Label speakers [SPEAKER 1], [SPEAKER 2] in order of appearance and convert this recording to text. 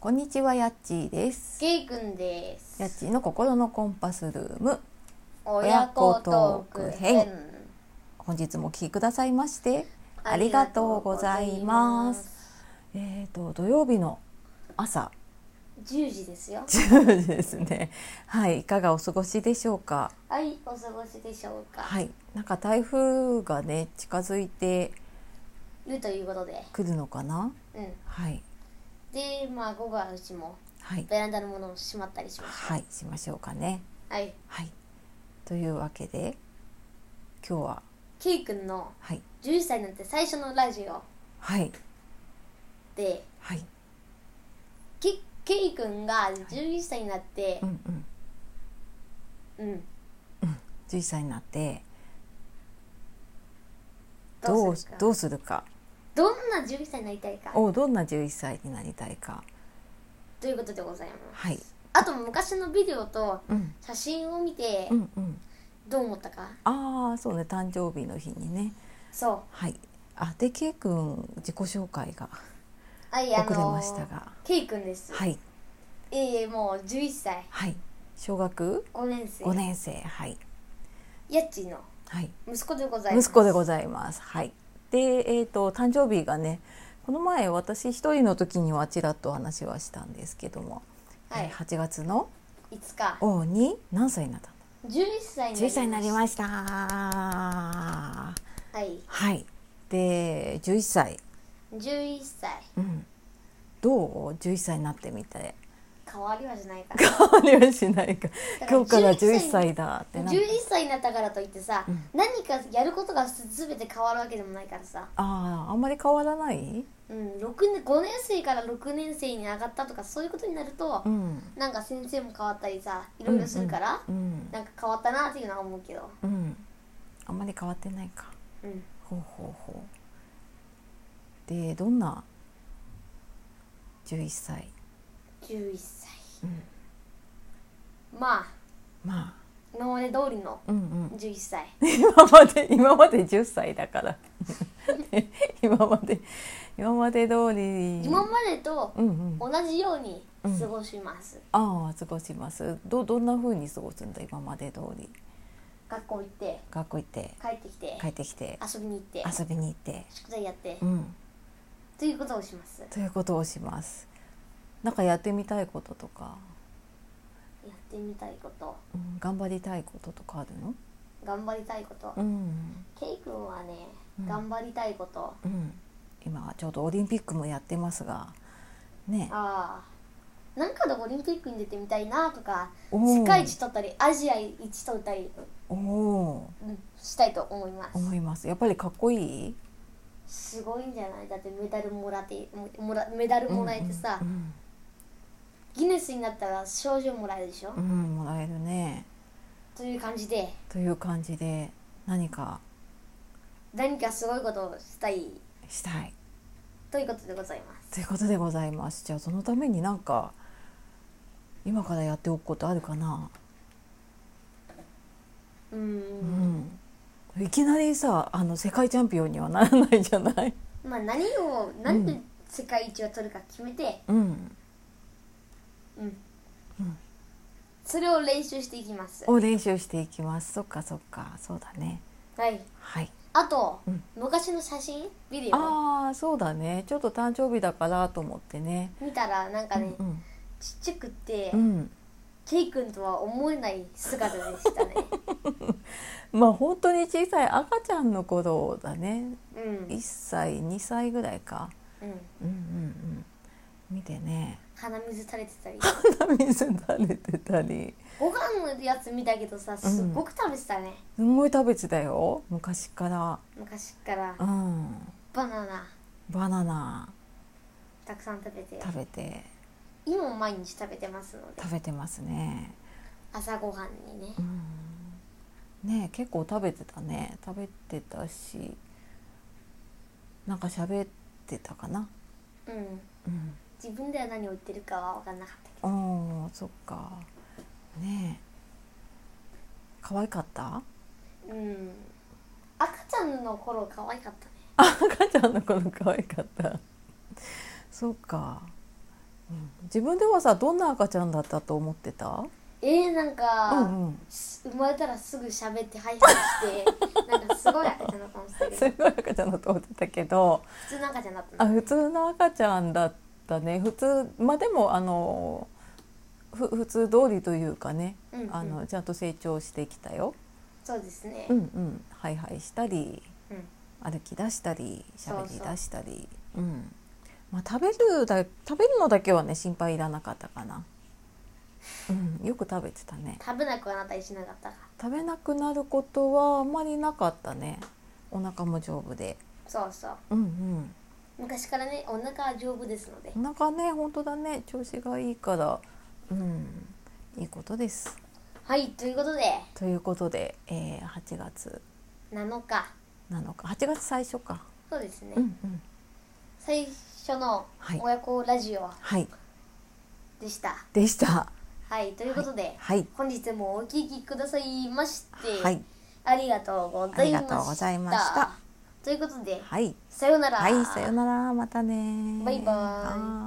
[SPEAKER 1] こんにちはやっちーです
[SPEAKER 2] ケイくんです
[SPEAKER 1] やっちーの心のコンパスルーム
[SPEAKER 2] 親子トーク編
[SPEAKER 1] 本日もお聞きくださいましてありがとうございますえっ、と土曜日の朝
[SPEAKER 2] 10時ですよ
[SPEAKER 1] 10時ですねはいいかがお過ごしでしょうか
[SPEAKER 2] はいお過ごしでしょうか、
[SPEAKER 1] はいなんか台風がね近づいて
[SPEAKER 2] い、るということで
[SPEAKER 1] くるのかな
[SPEAKER 2] うん
[SPEAKER 1] はい
[SPEAKER 2] でまあ午後はうちも
[SPEAKER 1] はい
[SPEAKER 2] ベランダのものをしまったりしまし
[SPEAKER 1] はいしましょうかね
[SPEAKER 2] たはい
[SPEAKER 1] はいというわけで今日は
[SPEAKER 2] ケイくんの
[SPEAKER 1] はい
[SPEAKER 2] 11歳になって最初のラジオ
[SPEAKER 1] はい
[SPEAKER 2] で
[SPEAKER 1] はい
[SPEAKER 2] ケケイくんが11歳になって
[SPEAKER 1] うんうん
[SPEAKER 2] うん
[SPEAKER 1] 11歳になってどう
[SPEAKER 2] するか
[SPEAKER 1] どうするか
[SPEAKER 2] どんな11歳になりたいか
[SPEAKER 1] をどんな11歳になりたいか
[SPEAKER 2] ということでございます
[SPEAKER 1] はい、
[SPEAKER 2] あと昔のビデオと
[SPEAKER 1] うん、
[SPEAKER 2] 写真を見て
[SPEAKER 1] うんうん
[SPEAKER 2] どう思ったか
[SPEAKER 1] ああそうね誕生日の日にね
[SPEAKER 2] そう
[SPEAKER 1] はいあで K 君自己紹介が
[SPEAKER 2] はいあ
[SPEAKER 1] 遅れ
[SPEAKER 2] の
[SPEAKER 1] ましたが
[SPEAKER 2] ケイくんです
[SPEAKER 1] はい
[SPEAKER 2] ええもう11歳
[SPEAKER 1] はい小学
[SPEAKER 2] 5年生
[SPEAKER 1] 5年生はい
[SPEAKER 2] やっちーの
[SPEAKER 1] はい
[SPEAKER 2] 息子でございます
[SPEAKER 1] 息子でご
[SPEAKER 2] ざい
[SPEAKER 1] ざいますはいでえっ、と誕生日がねこの前私一人の時にはちらっとお話はしたんですけども、
[SPEAKER 2] はい
[SPEAKER 1] えー8月の
[SPEAKER 2] ますいつか
[SPEAKER 1] 王に何歳になったの
[SPEAKER 2] 11歳に
[SPEAKER 1] 11歳になりま
[SPEAKER 2] し
[SPEAKER 1] したは
[SPEAKER 2] たはい
[SPEAKER 1] いで11歳、
[SPEAKER 2] 11歳
[SPEAKER 1] うん、どう11歳になってみて
[SPEAKER 2] 変わりはしないか
[SPEAKER 1] 変わりはしないか
[SPEAKER 2] だから
[SPEAKER 1] 今日から
[SPEAKER 2] 11
[SPEAKER 1] 11歳だって
[SPEAKER 2] ら
[SPEAKER 1] な
[SPEAKER 2] 11歳になったからといってさ、何かやることが全て変わるわけでもないからさ、
[SPEAKER 1] あーあんまり変わらない、
[SPEAKER 2] うん、六年5年生から6年生に上がったとかそういうことになると、
[SPEAKER 1] うん
[SPEAKER 2] なんか先生も変わったりさいろいろするから、
[SPEAKER 1] うん
[SPEAKER 2] なんか変わったなっていうのは思うけど、
[SPEAKER 1] うん、あんまり変わってないか
[SPEAKER 2] うん、
[SPEAKER 1] ほうほうほうでどんな11歳
[SPEAKER 2] 11歳、まあ
[SPEAKER 1] ま
[SPEAKER 2] 今まで通りの
[SPEAKER 1] あうんうん
[SPEAKER 2] 11歳
[SPEAKER 1] 今まで今まで10歳だ からね今まで今まで通り
[SPEAKER 2] 今までと
[SPEAKER 1] うんうん、
[SPEAKER 2] 同じように過ごします、
[SPEAKER 1] ああ過ごしますどどんな風に過ごすんだ今まで通り
[SPEAKER 2] 学校行って
[SPEAKER 1] 学校行って
[SPEAKER 2] 帰ってきて、
[SPEAKER 1] 帰ってきて
[SPEAKER 2] 遊びに行って
[SPEAKER 1] 遊びに行って、
[SPEAKER 2] 宿題やって、
[SPEAKER 1] うん、
[SPEAKER 2] ということをしますや
[SPEAKER 1] ということをしますなんかやってみたいこととか、
[SPEAKER 2] ってみたいこと
[SPEAKER 1] うん、頑張りたいこととかあるの
[SPEAKER 2] 頑張りたいこと、
[SPEAKER 1] うん、
[SPEAKER 2] ケイ君はね、
[SPEAKER 1] うん
[SPEAKER 2] 頑張りたいこと
[SPEAKER 1] うん、今ちょうどオリンピックもやってますがね
[SPEAKER 2] ああなんかでオリンピックに出てみたいなとか
[SPEAKER 1] おー
[SPEAKER 2] 世界一取ったりアジア一取ったり、
[SPEAKER 1] おお
[SPEAKER 2] うん、したいと思います
[SPEAKER 1] 思いますやっぱりかっこいい
[SPEAKER 2] すごいんじゃないだってメダルもらってももらメダルもらえてさ、
[SPEAKER 1] うんうん
[SPEAKER 2] ギネスになったら賞状もらえるでしょ、
[SPEAKER 1] うん、もらえるね
[SPEAKER 2] という感じで
[SPEAKER 1] という感じで何か
[SPEAKER 2] 何かすごいことをしたい
[SPEAKER 1] したい
[SPEAKER 2] ということでございます
[SPEAKER 1] ということでございますじゃあそのためになんか今からやっておくことあるかな、
[SPEAKER 2] うー
[SPEAKER 1] うんんいきなりさあの世界チャンピオンにはならないじゃない、
[SPEAKER 2] まあ何を何で世界一を取るか決めて、
[SPEAKER 1] うん、
[SPEAKER 2] うんそれを練習していきます
[SPEAKER 1] を練習していきますそっかそっかそうだね
[SPEAKER 2] はい
[SPEAKER 1] はい
[SPEAKER 2] あと、
[SPEAKER 1] うん
[SPEAKER 2] 昔の写真ビデオ
[SPEAKER 1] あーそうだねちょっと誕生日だからと思ってね
[SPEAKER 2] 見たらなんかね、
[SPEAKER 1] うん
[SPEAKER 2] ちっちゃくって、
[SPEAKER 1] うん
[SPEAKER 2] ケイ君とは思えない姿でし たね
[SPEAKER 1] まあ本当に小さい赤ちゃんの頃だね
[SPEAKER 2] うん
[SPEAKER 1] 1歳2歳ぐらいか
[SPEAKER 2] うん
[SPEAKER 1] うんうんうん見て ね
[SPEAKER 2] 鼻水垂れてたり
[SPEAKER 1] 鼻水垂れてたり
[SPEAKER 2] ご飯のやつ見たけどさすっごく食べてたね、
[SPEAKER 1] すんごい食べてたよ昔か
[SPEAKER 2] 昔から
[SPEAKER 1] らうん
[SPEAKER 2] バナナ
[SPEAKER 1] バナナ
[SPEAKER 2] たくさん食べて
[SPEAKER 1] 食べて
[SPEAKER 2] 今も毎日食べてますので
[SPEAKER 1] 食べてますね
[SPEAKER 2] 朝ごはんにね
[SPEAKER 1] ね結構食べてたね食べてたしなんか喋ってたかな
[SPEAKER 2] うん、
[SPEAKER 1] うん
[SPEAKER 2] 自分では何を言ってるかは分かんなかったけど
[SPEAKER 1] おーそっかねえ可愛かった
[SPEAKER 2] うん赤ちゃんの頃可愛かったね
[SPEAKER 1] あ赤ちゃんの頃可愛かったそっか自分ではさどんな赤ちゃんだったと思ってた
[SPEAKER 2] えー、なんか、
[SPEAKER 1] うんうん
[SPEAKER 2] す生まれたらすぐ喋ってハイハイして なんかすごい赤ちゃんだったんですけ
[SPEAKER 1] す
[SPEAKER 2] ど
[SPEAKER 1] ごい赤ちゃんだと思ってたけど
[SPEAKER 2] 普通の赤ちゃんだった
[SPEAKER 1] あ
[SPEAKER 2] の
[SPEAKER 1] 普通の赤ちゃんだったね普通まあでもあのふ普通通りというかね、
[SPEAKER 2] うんうん
[SPEAKER 1] あのちゃんと成長してきたよ。
[SPEAKER 2] そうですね、
[SPEAKER 1] うんうん、ハイハイしたり
[SPEAKER 2] うん
[SPEAKER 1] 歩き出したり
[SPEAKER 2] そ
[SPEAKER 1] 喋
[SPEAKER 2] うそう
[SPEAKER 1] り出したりうんまあ、食べるだ食べるのだけはね心配いらなかったかな、うん、よく食べてたね
[SPEAKER 2] 食べなくはなったりしなかったから
[SPEAKER 1] 食べなくなることはあんまりなかったねお腹も丈夫で
[SPEAKER 2] そうそう
[SPEAKER 1] うん
[SPEAKER 2] 昔からねお腹は丈夫ですので
[SPEAKER 1] うんお腹ね本当だね調子がいいからうんいいことです
[SPEAKER 2] はいということで
[SPEAKER 1] ということで、えー、8月
[SPEAKER 2] 7日
[SPEAKER 1] 7日8月最初か
[SPEAKER 2] そうですね、
[SPEAKER 1] うんうん
[SPEAKER 2] 最初の
[SPEAKER 1] はい
[SPEAKER 2] 親子ラジオ
[SPEAKER 1] はい
[SPEAKER 2] でした
[SPEAKER 1] でした
[SPEAKER 2] はい、ということで、
[SPEAKER 1] はい
[SPEAKER 2] 本日もお聞きくださいまして、
[SPEAKER 1] はい
[SPEAKER 2] ありがとうご
[SPEAKER 1] あ
[SPEAKER 2] ざ
[SPEAKER 1] り
[SPEAKER 2] いま
[SPEAKER 1] が
[SPEAKER 2] した
[SPEAKER 1] とうございました
[SPEAKER 2] ということで、
[SPEAKER 1] はい
[SPEAKER 2] さようなら
[SPEAKER 1] はい、さよなら、またね。
[SPEAKER 2] バイバイ
[SPEAKER 1] はーい